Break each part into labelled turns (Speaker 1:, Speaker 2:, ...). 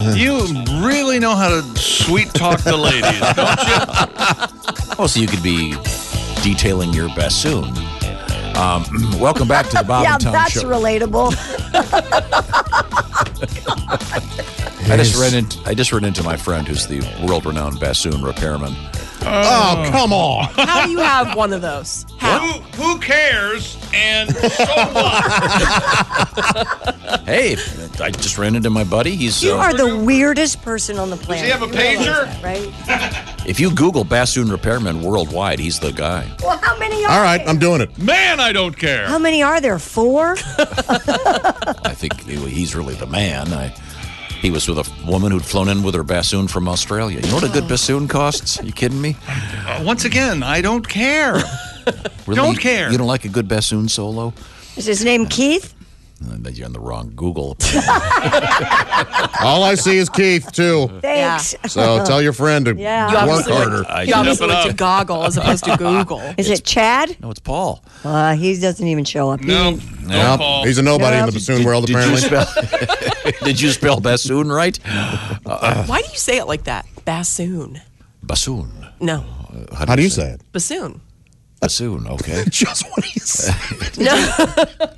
Speaker 1: You really know how to sweet talk the ladies, don't you?
Speaker 2: Oh, so you could be detailing your bassoon. Um, welcome back to the Bob
Speaker 3: yeah,
Speaker 2: and Tom
Speaker 3: that's
Speaker 2: Show.
Speaker 3: relatable.
Speaker 2: I just ran into I just ran into my friend who's the world renowned bassoon repairman.
Speaker 4: Oh, come on.
Speaker 5: How do you have one of those? How?
Speaker 1: Who, who cares? And so what?
Speaker 2: Hey, I just ran into my buddy. He's
Speaker 3: You
Speaker 2: uh,
Speaker 3: are the weirdest person on the planet.
Speaker 1: have a
Speaker 3: You realize
Speaker 1: pager?
Speaker 3: that, right?
Speaker 2: if you Google bassoon repairman worldwide, he's the guy.
Speaker 3: Well, how many are
Speaker 4: All right,
Speaker 3: there?
Speaker 4: I'm doing it.
Speaker 1: Man, I don't care.
Speaker 3: How many are there? Four?
Speaker 2: I think he- he's really the man. I he was with a woman who'd flown in with her bassoon from Australia. You know what a
Speaker 3: Oh.
Speaker 2: good bassoon costs? you kidding me?
Speaker 1: Uh, Once again, I don't care.
Speaker 2: Really?
Speaker 1: Don't care.
Speaker 2: You don't like a good bassoon solo?
Speaker 3: Is his name Keith?
Speaker 2: I bet you're on the wrong Google.
Speaker 4: All I see is Keith, too.
Speaker 3: Thanks.
Speaker 4: So tell your friend to
Speaker 3: Yeah.
Speaker 5: You
Speaker 4: work
Speaker 5: obviously,
Speaker 4: harder.
Speaker 5: went, you obviously went to goggle as opposed to Google.
Speaker 3: Is it Chad?
Speaker 2: no, it's Paul.
Speaker 3: Uh, he doesn't even show up.
Speaker 1: No, no,
Speaker 4: Yep,
Speaker 1: Paul.
Speaker 4: he's a nobody in the
Speaker 3: Yep.
Speaker 4: bassoon world,
Speaker 2: Did you
Speaker 4: apparently.
Speaker 2: spell Did you spell bassoon right?
Speaker 5: Why do you say it like that? Bassoon.
Speaker 2: Bassoon.
Speaker 5: No,
Speaker 4: How do you say it?
Speaker 5: bassoon.
Speaker 2: Bassoon, okay.
Speaker 4: Just what he said.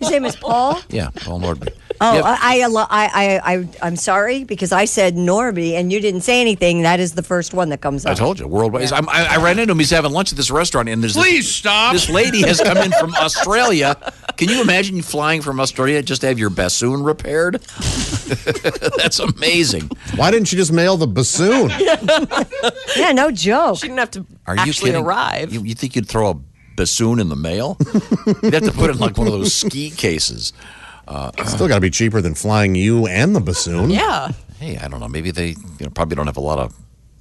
Speaker 3: His name is Paul.
Speaker 2: Yeah, Paul Nordby.
Speaker 3: Oh,
Speaker 2: Yep.
Speaker 3: I, I, I, I, I, I'm sorry because I said Norby and you didn't say anything. That is the first one that comes up.
Speaker 2: I told you, worldwide. I'm, I, I ran into him. He's having lunch at this restaurant, and there's
Speaker 1: Please stop.
Speaker 2: This, this lady has come in from Australia. Can you imagine you flying from Australia just to have your bassoon repaired? That's amazing.
Speaker 4: Why didn't you just mail the bassoon?
Speaker 3: Yeah, no joke.
Speaker 5: She didn't have to
Speaker 2: Are you
Speaker 5: actually
Speaker 2: kidding?
Speaker 5: arrive.
Speaker 2: You, you think you'd throw a bassoon in the mail? You'd have to put it in like one of those ski cases.
Speaker 4: Still got to be cheaper than flying you and the bassoon.
Speaker 5: yeah.
Speaker 2: Hey, I don't know. Maybe they you know, probably don't have a lot of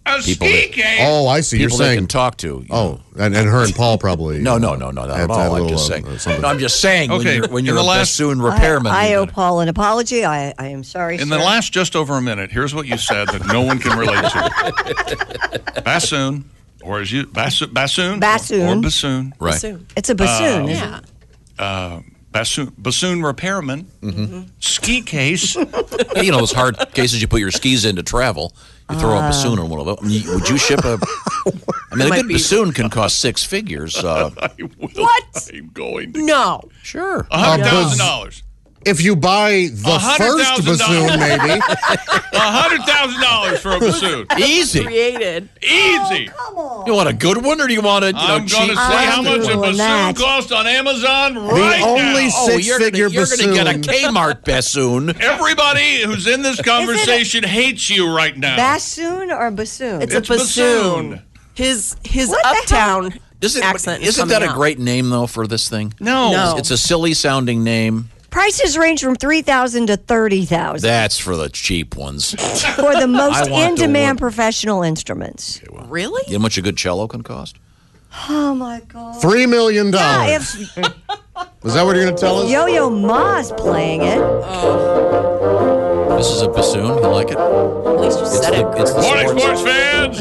Speaker 1: a
Speaker 2: people
Speaker 1: ski
Speaker 2: that-
Speaker 1: game.
Speaker 4: Oh, I see. You're
Speaker 2: people they can
Speaker 4: saying.
Speaker 2: talk to. you know.
Speaker 4: Oh, and, and her and Paul probably.
Speaker 2: No, no, no, no, not
Speaker 4: Add-
Speaker 2: at
Speaker 4: add a
Speaker 2: all. I'm
Speaker 4: little,
Speaker 2: just
Speaker 4: um,
Speaker 2: saying.
Speaker 4: uh, something.
Speaker 2: No, I'm just saying.
Speaker 1: Okay,
Speaker 2: when you're, when
Speaker 1: in
Speaker 2: you're
Speaker 1: the
Speaker 2: a
Speaker 1: last-
Speaker 2: bassoon
Speaker 3: I,
Speaker 2: repairman,
Speaker 3: I
Speaker 2: you
Speaker 3: owe
Speaker 2: gotta-
Speaker 3: Paul an apology. I, I am sorry.
Speaker 1: In the
Speaker 3: sir.
Speaker 1: last just over a minute, here's what you said that no one can relate to. Bassoon, or as you bassoon, bassoon,
Speaker 3: Bassoon.
Speaker 1: or bassoon,
Speaker 2: right?
Speaker 5: Bassoon.
Speaker 3: it's a
Speaker 1: Uh,
Speaker 3: bassoon. isn't
Speaker 5: Yeah.
Speaker 1: bassoon, bassoon repairman, ski case.
Speaker 2: Yeah, you know those hard cases you put your skis in to travel. You throw
Speaker 5: Uh.
Speaker 2: a bassoon in one of them. I mean, would you ship a? I mean, a good
Speaker 5: be-
Speaker 2: bassoon can cost six figures. Uh,
Speaker 1: I will,
Speaker 5: What?
Speaker 1: I'm going to.
Speaker 5: No.
Speaker 2: sure.
Speaker 1: A hundred thousand dollars.
Speaker 4: If you buy the first
Speaker 1: $100,000.
Speaker 4: bassoon, maybe.
Speaker 1: A hundred thousand dollars for a bassoon.
Speaker 2: Easy. You
Speaker 5: Created.
Speaker 1: Easy.
Speaker 2: want a good one, or do you want a you know
Speaker 1: I'm going
Speaker 2: cheap?
Speaker 1: to see how
Speaker 3: I'm
Speaker 1: much a
Speaker 3: doing
Speaker 1: bassoon
Speaker 3: that.
Speaker 1: costs on Amazon
Speaker 4: The
Speaker 1: right
Speaker 4: only
Speaker 1: now.
Speaker 2: oh, you're gonna,
Speaker 4: six-figure
Speaker 2: you're gonna get a
Speaker 4: bassoon.
Speaker 2: Kmart bassoon.
Speaker 1: Everybody who's in this conversation hates you right now.
Speaker 3: Bassoon or bassoon?
Speaker 5: It's,
Speaker 1: It's
Speaker 5: a bassoon.
Speaker 1: bassoon.
Speaker 5: His his
Speaker 3: What the hell?
Speaker 5: uptown
Speaker 2: Isn't,
Speaker 5: accent. is
Speaker 2: isn't
Speaker 5: coming
Speaker 2: that a
Speaker 5: out.
Speaker 2: great name though for this thing?
Speaker 1: no.
Speaker 5: No.
Speaker 2: It's a silly sounding name.
Speaker 3: Prices range from three thousand to thirty thousand
Speaker 2: That's for the cheap ones. You
Speaker 3: for the
Speaker 2: I
Speaker 3: most
Speaker 2: want the one-
Speaker 3: in-demand professional instruments.
Speaker 5: Really?
Speaker 2: know how much a good cello can cost?
Speaker 3: Oh my god!
Speaker 4: Three
Speaker 3: Yeah,
Speaker 4: million dollars.
Speaker 3: Ah, if
Speaker 4: Is that what you're going to tell us?
Speaker 3: Yo-Yo Ma's playing it,
Speaker 2: This is a bassoon. You like it?
Speaker 5: At least you
Speaker 2: It's
Speaker 5: said it.
Speaker 2: the, it's the
Speaker 1: Morning,
Speaker 2: sports.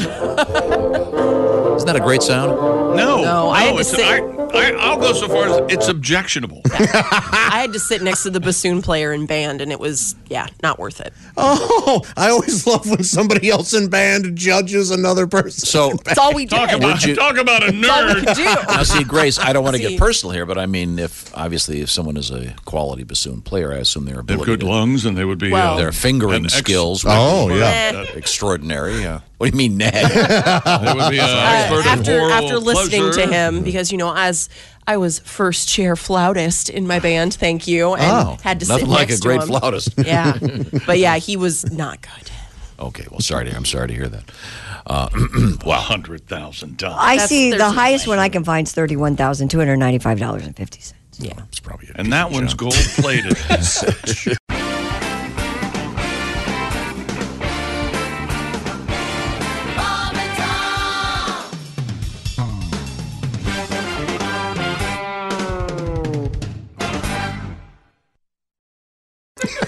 Speaker 1: sports fans.
Speaker 2: Isn't that a great sound?
Speaker 1: No,
Speaker 5: No, I had to
Speaker 1: it's,
Speaker 5: say-
Speaker 1: I, I, I'll go so far as it's objectionable.
Speaker 5: I had to sit next to the bassoon player in band, and it was yeah, not worth it.
Speaker 4: Oh, I always love when somebody else in band judges another person.
Speaker 2: So
Speaker 5: It's all we did.
Speaker 1: Talk about
Speaker 2: you-
Speaker 1: talk about a
Speaker 5: all we
Speaker 1: nerd.
Speaker 5: do.
Speaker 2: now, see, Grace, I don't want to
Speaker 5: See.
Speaker 2: get personal here, but I mean, if obviously if someone is a quality bassoon player, I assume their
Speaker 1: They have
Speaker 2: ability,
Speaker 1: good
Speaker 2: to-
Speaker 1: lungs, and they would be uh,
Speaker 5: Well-
Speaker 2: their fingering
Speaker 1: An ex-
Speaker 2: skills, would
Speaker 4: Oh,
Speaker 2: be
Speaker 4: yeah.
Speaker 5: Eh.
Speaker 2: extraordinary. Uh, what do you mean, Ned?
Speaker 1: They would be an expert in
Speaker 5: after
Speaker 1: oral
Speaker 5: after listening
Speaker 1: pleasure.
Speaker 5: to him because you know as I was first chair flautist in my band, thank you, and
Speaker 2: oh,
Speaker 5: had to
Speaker 2: nothing
Speaker 5: sit
Speaker 2: like
Speaker 5: next
Speaker 2: a great
Speaker 5: to him.
Speaker 2: flautist.
Speaker 5: Yeah, but yeah, he was not good.
Speaker 2: okay, well, sorry, to, I'm sorry to hear that.
Speaker 1: Well, hundred thousand dollars,
Speaker 3: I
Speaker 5: That's-
Speaker 3: see the
Speaker 5: there's no
Speaker 3: highest one I can find is thirty-one thousand two hundred ninety-five dollars and fifty cents.
Speaker 2: It's probably a
Speaker 1: and that one's gold plated.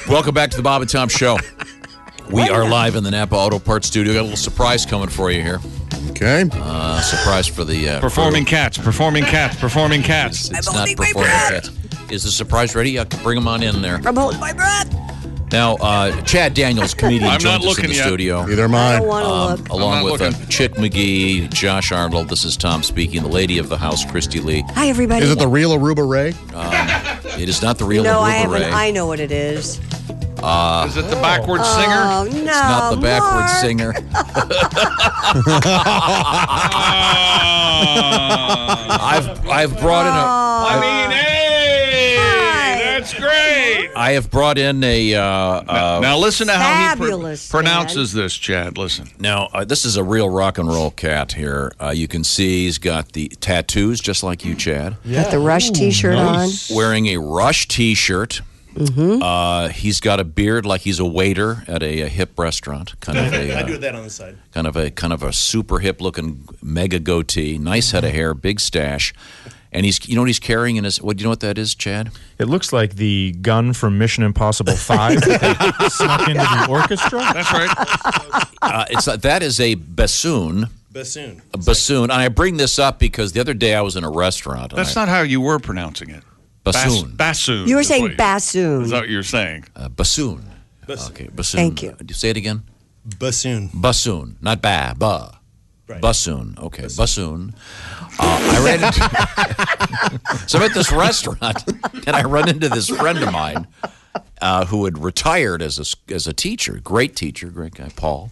Speaker 2: Welcome back to the Bob and Tom Show. We are live in the Napa Auto Parts Studio. Got a little surprise coming for you here.
Speaker 4: Okay.
Speaker 2: Uh, surprise for the uh,
Speaker 1: performing cats, performing cats, performing cats.
Speaker 2: It's not performing cats. Is the surprise ready? Uh, bring them on in there.
Speaker 3: I'm holding my breath.
Speaker 2: Now, uh, Chad Daniels, comedian,
Speaker 1: I'm not
Speaker 2: joins us in
Speaker 1: looking
Speaker 2: the
Speaker 1: yet.
Speaker 2: studio.
Speaker 4: Neither am
Speaker 3: I
Speaker 4: I.
Speaker 3: don't want to look.
Speaker 2: Along
Speaker 1: not
Speaker 2: with uh,
Speaker 1: looking.
Speaker 2: Chick McGee, Josh Arnold, this is Tom speaking, the lady of the house, Christy Lee.
Speaker 3: Hi, everybody.
Speaker 4: Is it the real Aruba Ray?
Speaker 2: It is not the real
Speaker 3: no, I
Speaker 2: Aruba
Speaker 3: haven't.
Speaker 2: Ray.
Speaker 3: I know what it is.
Speaker 1: Is it the backward singer?
Speaker 3: Oh no,
Speaker 2: not the backwards
Speaker 3: Mark.
Speaker 2: singer.
Speaker 1: Ah,
Speaker 2: I've I've brought in
Speaker 3: Oh.
Speaker 2: a
Speaker 1: I mean, hey,
Speaker 3: Uh, Hi.
Speaker 1: that's great.
Speaker 2: I have brought in a uh, uh,
Speaker 1: now listen to how he pr-
Speaker 3: Fabulous,
Speaker 1: pronounces this, Chad. Listen.
Speaker 2: now uh, this is a real rock and roll cat here. Uh, you can see he's got the tattoos just like you, Chad.
Speaker 3: Got the Rush T-shirt
Speaker 2: Wearing a Rush T-shirt.
Speaker 3: Mm-hmm.
Speaker 2: Uh, he's got a beard like he's a waiter at a, a hip restaurant, kind of a
Speaker 6: I
Speaker 2: uh,
Speaker 6: do that on the side.
Speaker 2: kind of a kind of a super hip looking mega goatee, nice head of
Speaker 6: Mm-hmm.
Speaker 2: hair, big stash, and he's you know what he's carrying in his what do you know what that is, Chad?
Speaker 7: It looks like the gun from Mission Impossible 5 that they snuck into the orchestra.
Speaker 1: That's right.
Speaker 2: Uh, it's uh, that is a bassoon.
Speaker 6: Bassoon.
Speaker 2: A bassoon. And I bring this up because the other day I was in a restaurant. and
Speaker 1: That's
Speaker 2: I-
Speaker 1: not how you were pronouncing it. Bas-
Speaker 2: bassoon.
Speaker 1: bassoon.
Speaker 3: on. You were
Speaker 1: is what
Speaker 3: saying
Speaker 1: Is
Speaker 3: bassoon.
Speaker 1: that what you're saying?
Speaker 2: uh, bassoon.
Speaker 6: Bassoon.
Speaker 2: Okay, bassoon.
Speaker 3: Thank you.
Speaker 2: Do you say it again?
Speaker 6: Bassoon.
Speaker 2: Bassoon, not ba, ba.
Speaker 6: Right.
Speaker 2: Bassoon. Okay, bassoon. Uh, I ran into. so I'm at this restaurant, and I run into this friend of mine uh, who had retired as a s- as a teacher, great teacher, great guy, Paul.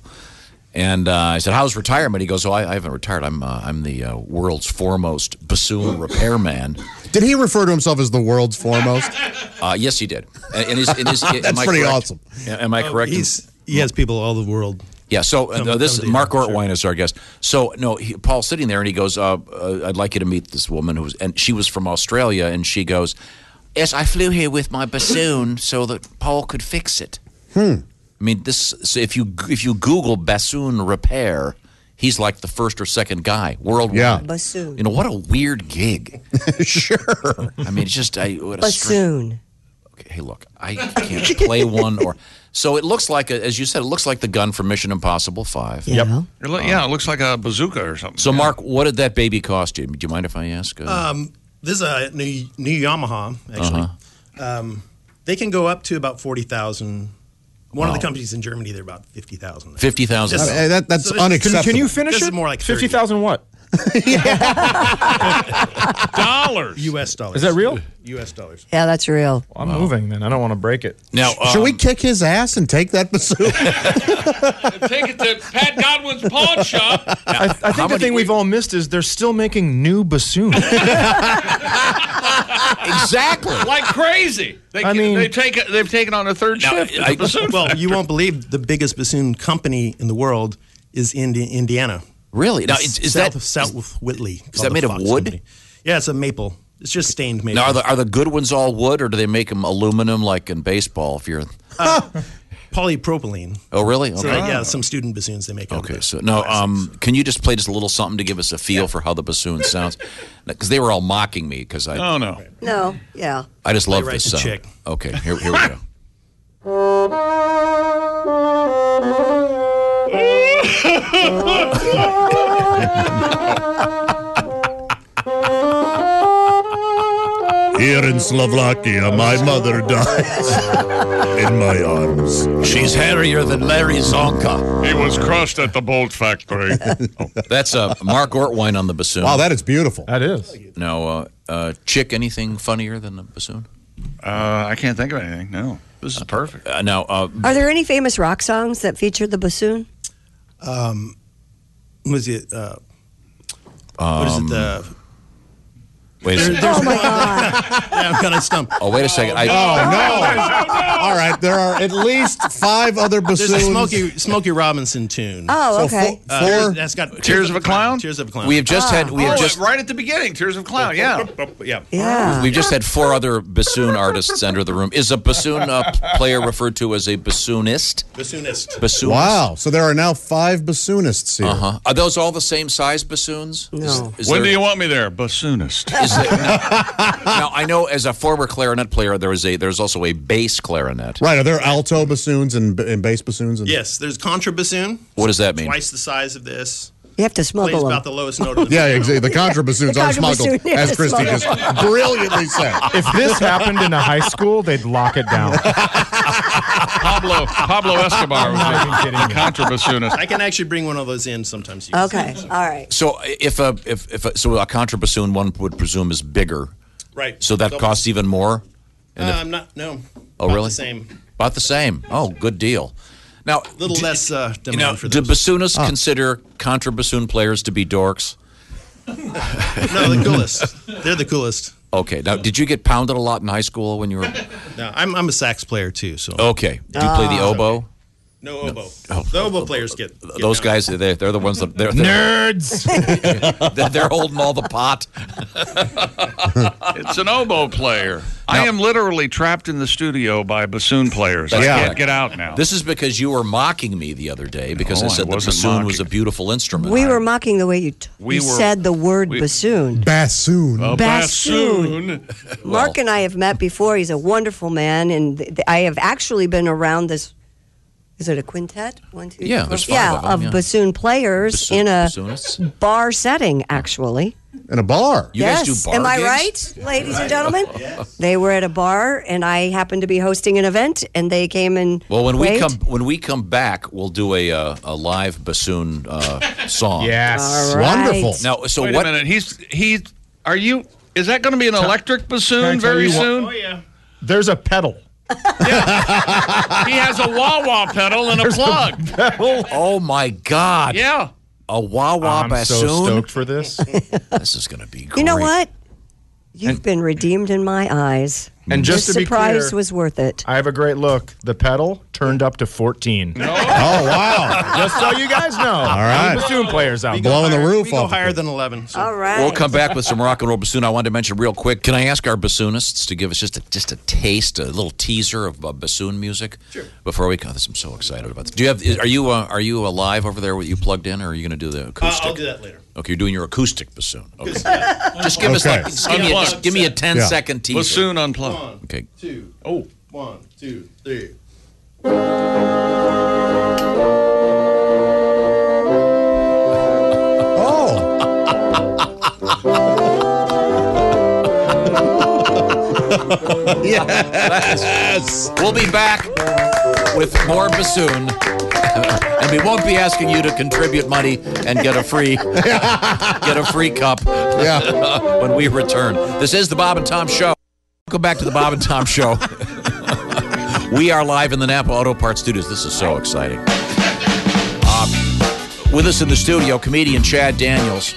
Speaker 2: And uh, I said, "How's retirement?" He goes, "Oh, I, I haven't retired. I'm uh, I'm the uh, world's foremost bassoon repairman."
Speaker 4: Did he refer to himself as the world's foremost?
Speaker 2: Uh, yes, he did. And, and, he's, and he's, am I
Speaker 4: pretty
Speaker 2: correct?
Speaker 4: awesome.
Speaker 2: Am I correct? in-
Speaker 6: Oh, He's he has people all over the world.
Speaker 2: Yeah. So uh,
Speaker 6: Come-
Speaker 2: no, this
Speaker 6: come to you,
Speaker 2: Mark
Speaker 6: sure.
Speaker 2: Ortwein is our guest. So no, he, Paul's sitting there and he goes, uh, uh, "I'd like you to meet this woman who's and she was from Australia and she goes, yes, I flew here with my bassoon so that Paul could fix it. Hmm. I mean, this so if you if you Google bassoon repair, he's like the first or second guy worldwide.
Speaker 4: Yeah.
Speaker 3: Bassoon.
Speaker 2: You know what a weird gig.
Speaker 4: sure.
Speaker 2: I mean, it's just I what a strange-
Speaker 3: Bassoon.
Speaker 2: hey, look, I can't play one or. So it looks like, a, as you said, it looks like the gun from Mission Impossible Five.
Speaker 3: Yep.
Speaker 1: It
Speaker 2: Uh,
Speaker 1: lo- yeah, it looks like a bazooka or something.
Speaker 2: So, Mark, what did that baby cost you? Do you mind if I ask? Uh,
Speaker 6: This is a new new Yamaha actually. Um,
Speaker 2: Uh-huh.
Speaker 6: they can go up to about forty thousand. One of the companies in Germany, they're about fifty thousand.
Speaker 2: Fifty thousand.
Speaker 6: Just-
Speaker 4: Uh, that- that's
Speaker 6: So this-
Speaker 7: Can,
Speaker 4: unacceptable.
Speaker 7: can you finish
Speaker 6: This
Speaker 7: it?
Speaker 6: is more like 30.
Speaker 7: 50,000 what?
Speaker 1: dollars.
Speaker 6: U.S. dollars.
Speaker 7: Is that real?
Speaker 6: U.S. dollars.
Speaker 3: Yeah, that's real.
Speaker 7: I'm moving then. I don't want to break it.
Speaker 2: Now,
Speaker 4: Should
Speaker 2: um,
Speaker 4: we kick his ass and take that bassoon?
Speaker 1: Take it to Pat Godwin's pawn shop.
Speaker 7: I, I think the
Speaker 2: many-
Speaker 7: thing we've all missed is they're still making new bassoons.
Speaker 2: um, exactly.
Speaker 1: like crazy. They,
Speaker 7: I mean-
Speaker 1: they take it- they've taken on a third
Speaker 2: Now,
Speaker 1: shift.
Speaker 2: I-
Speaker 6: Well, you won't believe the biggest bassoon company in the world is in Indiana.
Speaker 2: really? Now, is, is
Speaker 6: South,
Speaker 2: that
Speaker 6: South Whitley? Is
Speaker 2: that made of wood?
Speaker 6: Yeah, it's a maple. It's just stained maple.
Speaker 2: now are the are the good ones all wood, or do they make them aluminum like in baseball? If you're
Speaker 6: polypropylene.
Speaker 2: oh really
Speaker 6: So
Speaker 2: okay.
Speaker 6: yeah, some student bassoons they make. out of
Speaker 2: Okay,
Speaker 6: the
Speaker 2: so no,
Speaker 6: plastic.
Speaker 2: um, can you just play just a little something to give us a feel for how the bassoon sounds? Because they were all mocking me because I,
Speaker 1: oh no.
Speaker 3: No, yeah.
Speaker 2: I just love
Speaker 6: right
Speaker 2: this
Speaker 6: to
Speaker 2: sound.
Speaker 6: chick.
Speaker 2: Okay, here, here we go.
Speaker 4: Here in Slovakia, my mother dies in my arms.
Speaker 2: She's hairier than Larry Zonka.
Speaker 1: He was crushed at the bolt factory.
Speaker 2: That's uh, Mark Ortwine on the bassoon.
Speaker 4: Wow, that is beautiful.
Speaker 7: that is.
Speaker 2: Now, uh, uh, Chick, anything funnier than the bassoon?
Speaker 1: Uh, I can't think of anything. No, this is perfect.
Speaker 2: Uh, now, uh,
Speaker 3: Are there any famous rock songs that feature the bassoon?
Speaker 6: was it? Uh, what is it? uh,
Speaker 2: Um,
Speaker 6: The
Speaker 2: wait a second.
Speaker 3: Oh my God!
Speaker 6: yeah, I'm kind of stumped.
Speaker 2: Oh, wait a second. I,
Speaker 4: All right, there are at least five other
Speaker 6: There's a
Speaker 4: bassoons.
Speaker 6: Smokey Smokey Robinson tune.
Speaker 3: Oh,
Speaker 4: So
Speaker 3: okay.
Speaker 4: fo-
Speaker 6: Uh,
Speaker 4: four-
Speaker 6: that's got Tears,
Speaker 1: of a Clown?
Speaker 6: Tears of a Clown.
Speaker 2: We have just had we have
Speaker 1: Oh,
Speaker 2: just
Speaker 1: right at the beginning, Tears of Clown. Yeah,
Speaker 6: Oh, yeah.
Speaker 3: yeah.
Speaker 2: we've just had four other bassoon artists enter the room. Is a bassoon uh, player referred to as a bassoonist?
Speaker 6: Bassoonist.
Speaker 2: Bassoonist.
Speaker 4: Wow, so there are now five bassoonists here.
Speaker 2: Uh-huh. Are those all the same size bassoons?
Speaker 3: No.
Speaker 2: Is, is
Speaker 1: When
Speaker 2: there-
Speaker 1: do you want me there? Bassoonist.
Speaker 2: is there- now, now, I know as a former clarinet player, there is a there's also a bass clarinet.
Speaker 4: Right, are there alto bassoons and, and bass bassoons? And,
Speaker 6: Yes, there's contra bassoon,
Speaker 2: What does that mean?
Speaker 6: twice the size of this.
Speaker 3: You have to
Speaker 6: Plays
Speaker 3: smuggle
Speaker 6: about
Speaker 3: them.
Speaker 6: the lowest note. Of the
Speaker 4: Yeah,
Speaker 6: piano.
Speaker 4: exactly. The contra bassoons are
Speaker 3: contra
Speaker 4: smuggled,
Speaker 3: bassoon, yeah,
Speaker 4: as Christy just brilliantly said.
Speaker 7: If this happened in a high school, they'd lock it down.
Speaker 1: Pablo Pablo Escobar was
Speaker 7: not even
Speaker 1: a
Speaker 7: kidding you.
Speaker 1: contrabassoonist.
Speaker 6: I can actually bring one of those in sometimes. You
Speaker 3: Okay. All right.
Speaker 2: So if a if if a, so a contrabassoon one would presume is bigger.
Speaker 6: Right.
Speaker 2: So that
Speaker 6: Double.
Speaker 2: costs even more.
Speaker 6: Uh, I'm not. No.
Speaker 2: Oh,
Speaker 6: About
Speaker 2: really?
Speaker 6: The same.
Speaker 2: About the same. Oh, good deal. Now,
Speaker 6: Little
Speaker 2: d-
Speaker 6: less uh,
Speaker 2: You
Speaker 6: demand
Speaker 2: know,
Speaker 6: for
Speaker 2: do
Speaker 6: those.
Speaker 2: bassoonists
Speaker 1: Ah.
Speaker 2: consider contrabassoon players to be dorks?
Speaker 6: no, the coolest. They're the coolest.
Speaker 2: Okay. Now, did you get pounded a lot in high school when you were?
Speaker 6: No, I'm I'm a sax player too. So
Speaker 2: Okay. Do you play the
Speaker 6: Ah.
Speaker 2: oboe?
Speaker 6: no oboe. the oboe players get,
Speaker 2: Oh.
Speaker 6: get
Speaker 2: Those
Speaker 6: down.
Speaker 2: guys, they're, they're the ones that they're, they're,
Speaker 7: Nerds.
Speaker 2: they're, they're holding all the pot.
Speaker 1: It's an oboe player. I am literally trapped in the studio by bassoon players. I
Speaker 2: Yeah.
Speaker 1: can't get out now.
Speaker 2: This is because you were mocking me the other day because
Speaker 1: No,
Speaker 2: I
Speaker 1: I
Speaker 2: said the
Speaker 1: wasn't
Speaker 2: bassoon was a
Speaker 1: mocking.
Speaker 2: beautiful instrument.
Speaker 3: We were mocking the way you, t-
Speaker 1: We
Speaker 3: you
Speaker 1: were-
Speaker 3: said the word
Speaker 1: we-
Speaker 3: bassoon.
Speaker 4: Bassoon.
Speaker 1: A
Speaker 3: bassoon. Mark and I have met before. He's a wonderful man, and th- th- I have actually been around this. Is it a quintet? One, two,
Speaker 2: Yeah,
Speaker 3: three,
Speaker 2: there's
Speaker 3: four-
Speaker 2: five
Speaker 3: yeah,
Speaker 2: of 'em, yeah.
Speaker 3: bassoon players
Speaker 2: Bassoon-
Speaker 3: in a
Speaker 2: bassoonists?
Speaker 3: bar setting. Actually,
Speaker 4: In a bar.
Speaker 2: You
Speaker 3: yes.
Speaker 2: guys do bar
Speaker 3: Am I
Speaker 2: gigs?
Speaker 3: right, ladies and gentlemen? They were at a bar, and I happened to be hosting an event, and they came and
Speaker 2: Well, when we
Speaker 3: waved.
Speaker 2: come when we come back, we'll do a uh, a live bassoon uh, song.
Speaker 7: yes.
Speaker 3: All right.
Speaker 4: Wonderful.
Speaker 2: Now, so
Speaker 1: Wait
Speaker 2: what?
Speaker 1: a minute. He's he. Are you? Is that going to be an electric
Speaker 7: can I
Speaker 1: bassoon
Speaker 7: tell
Speaker 1: very
Speaker 7: you what-
Speaker 1: soon?
Speaker 6: yeah.
Speaker 7: There's a pedal.
Speaker 1: He has a wah wah pedal and a plug.
Speaker 2: Oh my God!
Speaker 1: yeah.
Speaker 2: A wah wah
Speaker 7: I'm
Speaker 2: bassoon.
Speaker 7: so stoked for this.
Speaker 2: This is going to be great.
Speaker 3: You know what? You've been redeemed in my eyes.
Speaker 7: And just
Speaker 3: Your
Speaker 7: to be
Speaker 3: surprise
Speaker 7: clear,
Speaker 3: was worth it.
Speaker 7: I have a great look. The pedal turned up to 14.
Speaker 4: oh, wow.
Speaker 7: Just so you guys know. All
Speaker 4: right.
Speaker 7: bassoon players out there.
Speaker 4: Blowing the
Speaker 6: Higher-
Speaker 4: roof
Speaker 6: we
Speaker 4: off.
Speaker 6: go
Speaker 4: of
Speaker 6: higher
Speaker 4: it.
Speaker 6: than 11. So.
Speaker 3: All right.
Speaker 2: We'll come back with some rock and roll bassoon. I wanted to mention real quick. Can I ask our bassoonists to give us just a just a taste, a little teaser of uh, bassoon music sure. before we? God, this, I'm so excited about this. Do you have? Is, are you uh, are you alive over there? What you plugged in, or are you going to do the
Speaker 6: Uh,
Speaker 2: acoustic?
Speaker 6: I'll do that later.
Speaker 2: Okay, you're doing your acoustic bassoon. Okay. just give us
Speaker 4: Okay.
Speaker 2: like, just give, me a, just give me a 10
Speaker 4: Yeah.
Speaker 2: second teaser.
Speaker 1: Bassoon unplugged.
Speaker 2: Okay.
Speaker 6: Two. Oh. One, two, three.
Speaker 4: Oh. yeah.
Speaker 2: We'll be back with more bassoon. and we won't be asking you to contribute money and get a free get a free cup
Speaker 4: Yeah.
Speaker 2: when we return. This is the Bob and Tom show. Welcome back to the Bob and Tom show. we are live in the Napa Auto Parts studios. This is so exciting. Um, with us in the studio, comedian Chad Daniels.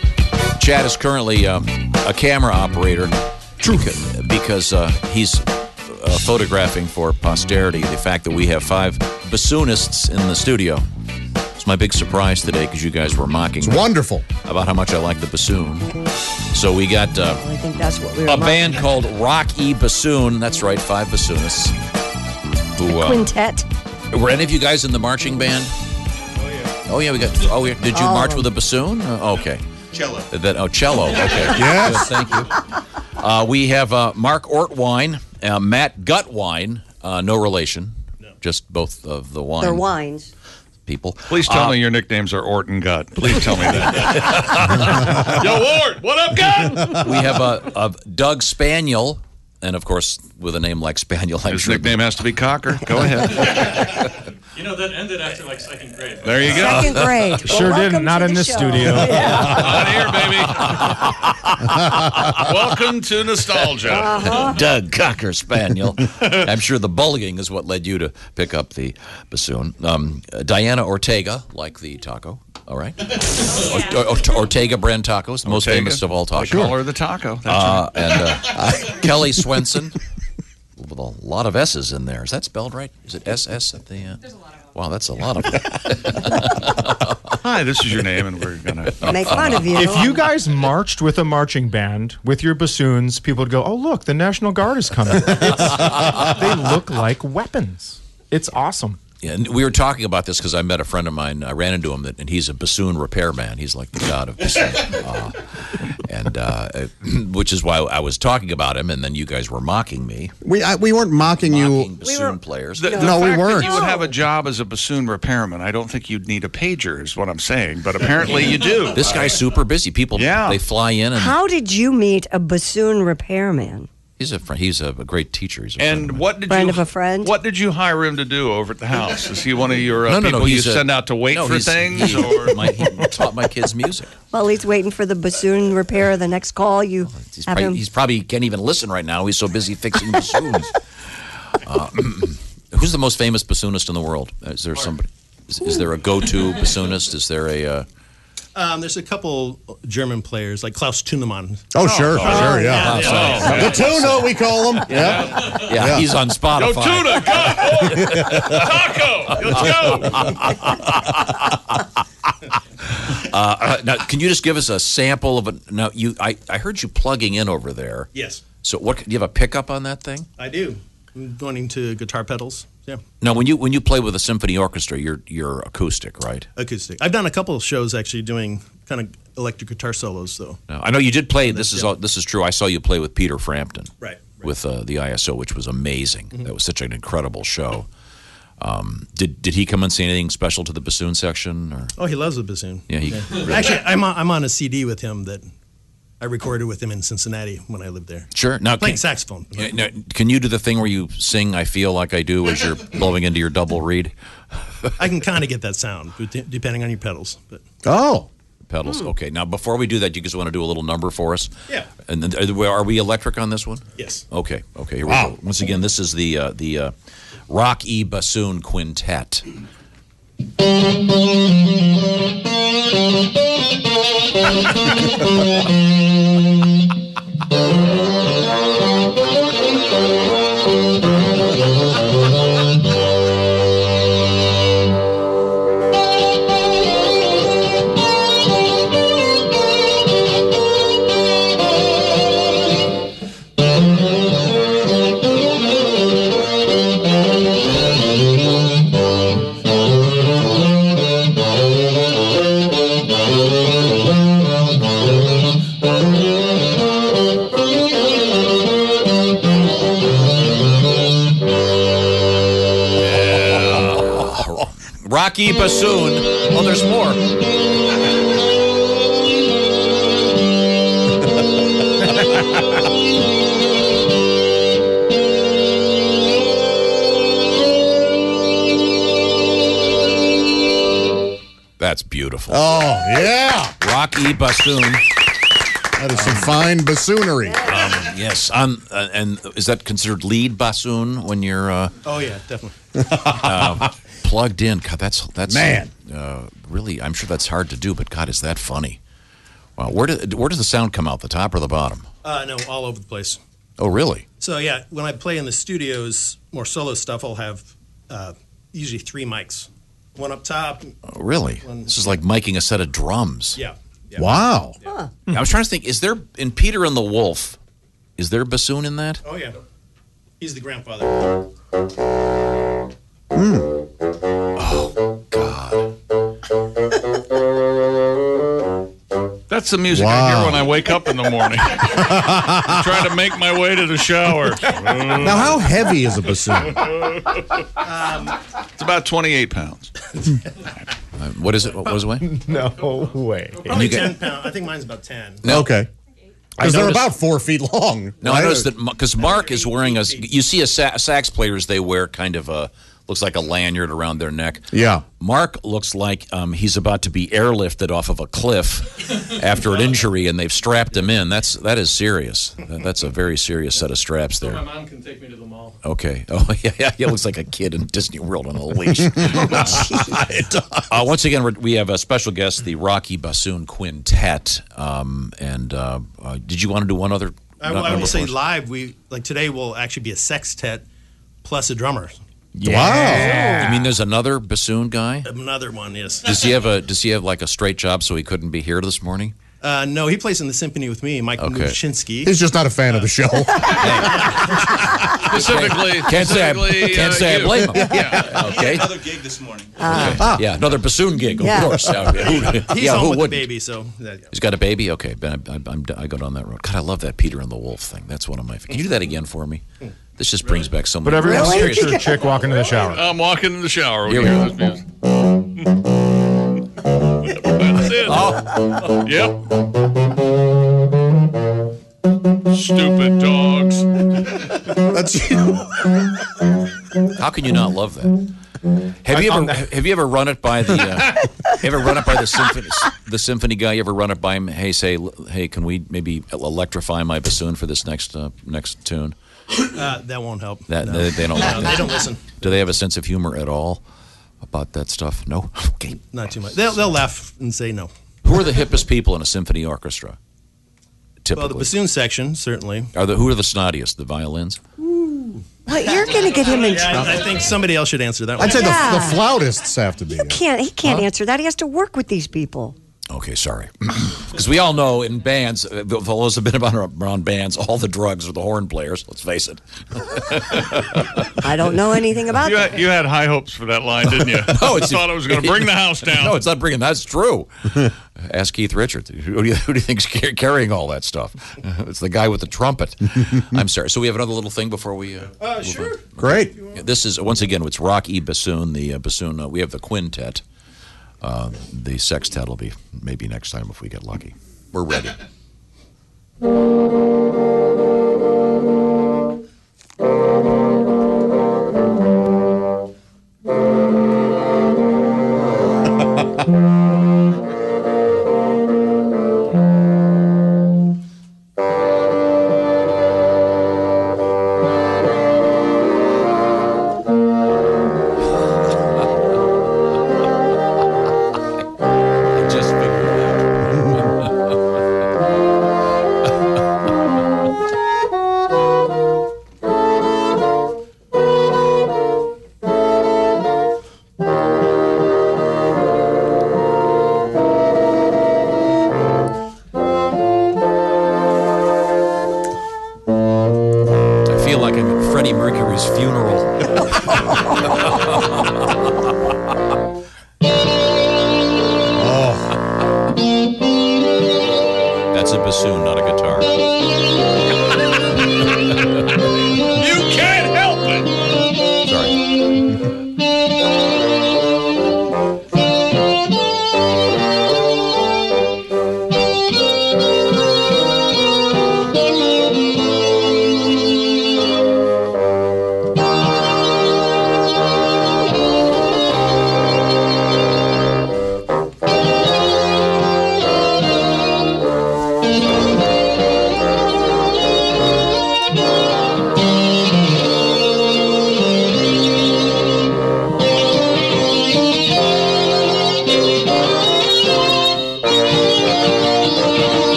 Speaker 2: Chad is currently um, a camera operator. True. Because, uh, he's uh, photographing for posterity the fact that we have five bassoonists in the studio. It's my big surprise today because you guys were mocking me
Speaker 4: Wonderful.
Speaker 2: about how much I like the bassoon. So we got uh,
Speaker 3: I think that's what we
Speaker 2: a
Speaker 3: were mocking.
Speaker 2: band called Rock E Bassoon. That's right, five bassoonists. Who uh,
Speaker 3: quintet.
Speaker 2: were any of you guys in the marching band? Oh yeah, we got. Oh, yeah, did you
Speaker 3: All
Speaker 2: march
Speaker 3: of
Speaker 2: with a bassoon? Uh, okay,
Speaker 6: Cello.
Speaker 2: that oh cello. Okay,
Speaker 4: Yes.
Speaker 2: Good, thank you. Uh, we have uh, Mark Ortwine, uh, Matt Gutwine, uh, no relation, just both of the wine
Speaker 3: Their wines.
Speaker 2: people.
Speaker 1: Please tell me your nicknames are Ort and Gut. Please tell me that. Yo, Ort, what up, Gut?
Speaker 2: we have a, a Doug Spaniel, and of course, with a name like Spaniel, I'm
Speaker 1: His
Speaker 2: sure
Speaker 1: nickname has to be Cocker. Go ahead.
Speaker 8: You know, that ended after like second grade.
Speaker 1: There you go.
Speaker 3: Second grade. Well,
Speaker 7: Sure
Speaker 3: welcome
Speaker 7: didn't. Not
Speaker 3: to
Speaker 7: in
Speaker 3: the
Speaker 7: this
Speaker 3: show.
Speaker 7: studio.
Speaker 1: On here, baby. Welcome to nostalgia.
Speaker 2: Doug Cocker Spaniel. I'm sure the bullying is what led you to pick up the bassoon. Um, uh, Diana Ortega, like the taco. All right. Or- or- or- Ortega brand tacos, the most
Speaker 1: Ortega.
Speaker 2: famous of all
Speaker 1: I call
Speaker 2: tacos.
Speaker 1: her the taco. That's
Speaker 2: Uh, and uh, Kelly Swenson, with a lot of S's in there. Is that spelled right? Is it SS at the. Uh... There's a lot of Wow, that's a lot of them.
Speaker 1: right. Hi, this is your name, and we're gonna.
Speaker 3: Make fun of you.
Speaker 7: If you guys marched with a marching band with your bassoons, people would go, "Oh, look, the National Guard is coming." It's- they look like weapons. It's awesome.
Speaker 2: Yeah, and we were talking about this because I met a friend of mine. I ran into him, that, and he's a bassoon repairman. He's like the god of bassoon, uh, and uh, which is why I was talking about him. And then you guys were mocking me,
Speaker 4: We I, we weren't mocking,
Speaker 2: mocking
Speaker 4: you.
Speaker 2: bassoon players.
Speaker 1: The,
Speaker 4: No, we
Speaker 1: fact that
Speaker 4: weren't.
Speaker 1: you would have a job as a bassoon repairman. I don't think you'd need a pager, is what I'm saying. But apparently, you do.
Speaker 2: this guy's super busy. People,
Speaker 1: Yeah.
Speaker 2: they fly in, and
Speaker 3: How did you meet a bassoon repairman?
Speaker 2: He's a friend. He's a, a great teacher. He's a friend of
Speaker 1: And
Speaker 2: mine.
Speaker 1: what did
Speaker 3: Friend
Speaker 1: you,
Speaker 3: of a friend?
Speaker 1: What did you hire him to do over at the house? Is he one of your uh,
Speaker 2: No, no,
Speaker 1: people
Speaker 2: no.
Speaker 1: you
Speaker 2: he's a-
Speaker 1: send out to wait
Speaker 2: no,
Speaker 1: for
Speaker 2: he's-
Speaker 1: things?
Speaker 2: He,
Speaker 1: or
Speaker 2: my, he taught my kids music.
Speaker 3: While he's waiting for the bassoon repair, the next call you
Speaker 2: Oh, He's
Speaker 3: have him.
Speaker 2: probably, he's probably can't even listen right now. He's so busy fixing bassoons. Uh, who's the most famous bassoonist in the world? Uh, Is there somebody? Is, is there a go-to bassoonist? Is there a? Uh,
Speaker 6: Um, there's a couple German players like Klaus Tunemann.
Speaker 4: Oh, sure, sure, yeah.
Speaker 2: I'm sorry.
Speaker 4: The tuna, we call him. Yeah.
Speaker 2: yeah, he's on
Speaker 1: Go
Speaker 2: Spotify.
Speaker 1: tuna, go Oh, taco, let's go.
Speaker 2: Uh, now, can you just give us a sample of a? Now, you, I, I heard you plugging in over there.
Speaker 6: Yes,
Speaker 2: So, what do you have a pickup on that thing?
Speaker 6: I do. I'm going into guitar pedals. Yeah,
Speaker 2: Now, when you when you play with a symphony orchestra, you're you're acoustic, right?
Speaker 6: acoustic. I've done a couple of shows actually doing kind of electric guitar solos though.
Speaker 2: No, I know you did play. This is all, this is true. I saw you play with Peter Frampton,
Speaker 6: Right, right. Mm-hmm.
Speaker 2: With uh, the ISO, which was amazing. That was such an incredible show. Um, did did he come and say anything special to the bassoon section? Or
Speaker 6: Oh, he loves the bassoon.
Speaker 2: yeah, he
Speaker 6: Actually, I'm on, I'm on a CD with him that I recorded with him in Cincinnati when I lived there.
Speaker 2: sure. Now
Speaker 6: Playing
Speaker 2: can,
Speaker 6: saxophone.
Speaker 2: yeah, now, can you do the thing where you sing "I feel like I do" as you're blowing into your double reed
Speaker 6: I can kind of get that sound d- depending on your pedals. But
Speaker 4: Oh.
Speaker 2: pedals? Okay. Now before we do that, you just want to do a little number for us.
Speaker 6: Hmm. Yeah.
Speaker 2: And then, are we- are we electric on this one?
Speaker 6: yes,
Speaker 2: Okay. Okay. Here we go. Once again, this is the uh, the uh, Rock E Bassoon Quintet. Rocky Bassoon. Oh, there's more. That's beautiful.
Speaker 4: Oh, yeah.
Speaker 2: Rocky Bassoon.
Speaker 4: That is some fine bassoonery.
Speaker 2: Yes, um, uh, and is that considered lead bassoon when you're uh,
Speaker 6: oh yeah, definitely.
Speaker 2: plugged in? God, that's that's
Speaker 4: Man.
Speaker 2: Uh, really, I'm sure that's hard to do, but God, is that funny? Wow, where do, where does the sound come out? The top or the bottom?
Speaker 6: Uh, no, all over the place.
Speaker 2: Oh, really?
Speaker 6: So yeah, when I play in the studios, more solo stuff, I'll have uh, usually three mics, one up top.
Speaker 2: Oh, really? This is like miking a set of drums.
Speaker 6: Yeah, yeah.
Speaker 4: Wow.
Speaker 2: I was trying to think. Is there in Peter and the Wolf? Is there bassoon in that?
Speaker 6: Oh yeah, he's the grandfather.
Speaker 1: That's the music I hear when I wake up in the morning. trying to make my way to the shower.
Speaker 4: Now, how heavy is a bassoon?
Speaker 1: It's about 28 pounds.
Speaker 2: Uh, What is it? What was it? weigh?
Speaker 7: No way.
Speaker 6: Probably
Speaker 2: you get-
Speaker 6: ten pound. I think mine's about ten.
Speaker 4: Okay. Because they're
Speaker 2: noticed-
Speaker 4: about four feet long.
Speaker 2: No, I
Speaker 4: right?
Speaker 2: noticed that because Mark is wearing a. You see a sa- sax players, they wear kind of a looks like a lanyard around their neck.
Speaker 4: Yeah.
Speaker 2: Mark looks like um, he's about to be airlifted off of a cliff after an injury, and they've strapped him in. That's that is serious. That- That's a very serious set of straps
Speaker 8: My
Speaker 2: there.
Speaker 8: mom can take me to the mall.
Speaker 2: Okay. Oh yeah, yeah. He looks like a kid in Disney World on a leash.
Speaker 4: Oh,
Speaker 2: uh, once again, we're, we have a special guest, the Rocky Bassoon Quintet. Um, and uh, uh, did you want to do one other?
Speaker 6: I, will- I will say live. We like today will actually be a sextet plus a drummer.
Speaker 2: I mean, there's another bassoon guy.
Speaker 6: Another one is.
Speaker 2: Does he have a? Does he have like a straight job so he couldn't be here this morning?
Speaker 6: Uh, no, he plays in the symphony with me, Mike
Speaker 2: Okay.
Speaker 6: Muchinsky.
Speaker 4: He's just not a fan of the show.
Speaker 1: Specifically,
Speaker 2: Can't say I,
Speaker 1: specifically, uh,
Speaker 2: can't say I
Speaker 1: you.
Speaker 2: blame him. Okay.
Speaker 9: Another gig this morning.
Speaker 2: Ah, Yeah, another bassoon gig, of
Speaker 3: Yeah.
Speaker 2: course. Yeah, who-
Speaker 6: He's
Speaker 2: yeah,
Speaker 6: home
Speaker 2: who
Speaker 6: with
Speaker 2: would?
Speaker 6: the baby, so that,
Speaker 2: He's got a baby. Okay, Ben, I, I, I'm, I got on that road. God, I love that Peter and the Wolf thing. That's one of my. Can you do that again for me? This just brings back so many.
Speaker 7: But everyone
Speaker 3: Really?
Speaker 7: really? your chick walking to the shower.
Speaker 1: I'm walking in the shower.
Speaker 2: Here
Speaker 1: We
Speaker 2: we
Speaker 1: hear
Speaker 2: go.
Speaker 1: this music. That's it.
Speaker 2: Oh.
Speaker 1: Yep. Stupid dogs.
Speaker 4: That's you.
Speaker 2: How can you not love that? Have you ever have you ever run it by the uh, ever run it by the symphony the symphony guy? You ever run it by him? Hey, say l- hey, can we maybe electrify my bassoon for this next uh, next tune?
Speaker 6: Uh, that won't help.
Speaker 2: That they, they don't like
Speaker 6: No, they
Speaker 2: that.
Speaker 6: don't listen.
Speaker 2: Do they have a sense of humor at all about that stuff? No. Okay.
Speaker 6: Not too much. They'll, they'll laugh and say no.
Speaker 2: Who are the hippest people in a symphony orchestra?
Speaker 6: Well, the
Speaker 2: Typically,
Speaker 6: bassoon section certainly.
Speaker 2: are the who are the snottiest? The violins.
Speaker 3: Well, you're going to get him in trouble.
Speaker 6: I, I think somebody else should answer that one.
Speaker 4: I'd say
Speaker 3: Yeah.
Speaker 4: the, the flautists have to be.
Speaker 3: He can't. He can't answer that. He has to work with these people.
Speaker 2: Okay, sorry. Because we all know in bands, uh, th- those have been about around bands. All the drugs are the horn players. Let's face it.
Speaker 3: I don't know anything about
Speaker 1: You
Speaker 3: that.
Speaker 1: had, you had high hopes for that line, didn't you?
Speaker 2: No,
Speaker 1: I
Speaker 2: it's-
Speaker 1: thought I was going to bring the house down.
Speaker 2: No, it's not bringing. That's true. Ask Keith Richards. Who do you, who do you think's car- carrying all that stuff? It's the guy with the trumpet. I'm sorry. So we have another little thing before we. Uh,
Speaker 6: Uh, sure.
Speaker 4: Great.
Speaker 2: this is once again it's Rocky bassoon. The uh, bassoon. Uh, we have the quintet. Uh, the sextet will be maybe next time if we get lucky. We're ready. I just figured it out. I feel like I'm at Freddie Mercury's funeral.
Speaker 4: Oh,
Speaker 2: That's a bassoon, not a guitar.
Speaker 1: You can't help it.
Speaker 2: Sorry.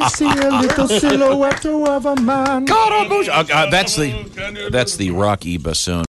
Speaker 7: I see a little silhouette of a man.
Speaker 2: God, I'm- uh, uh, that's the that's the Rocky bassoon.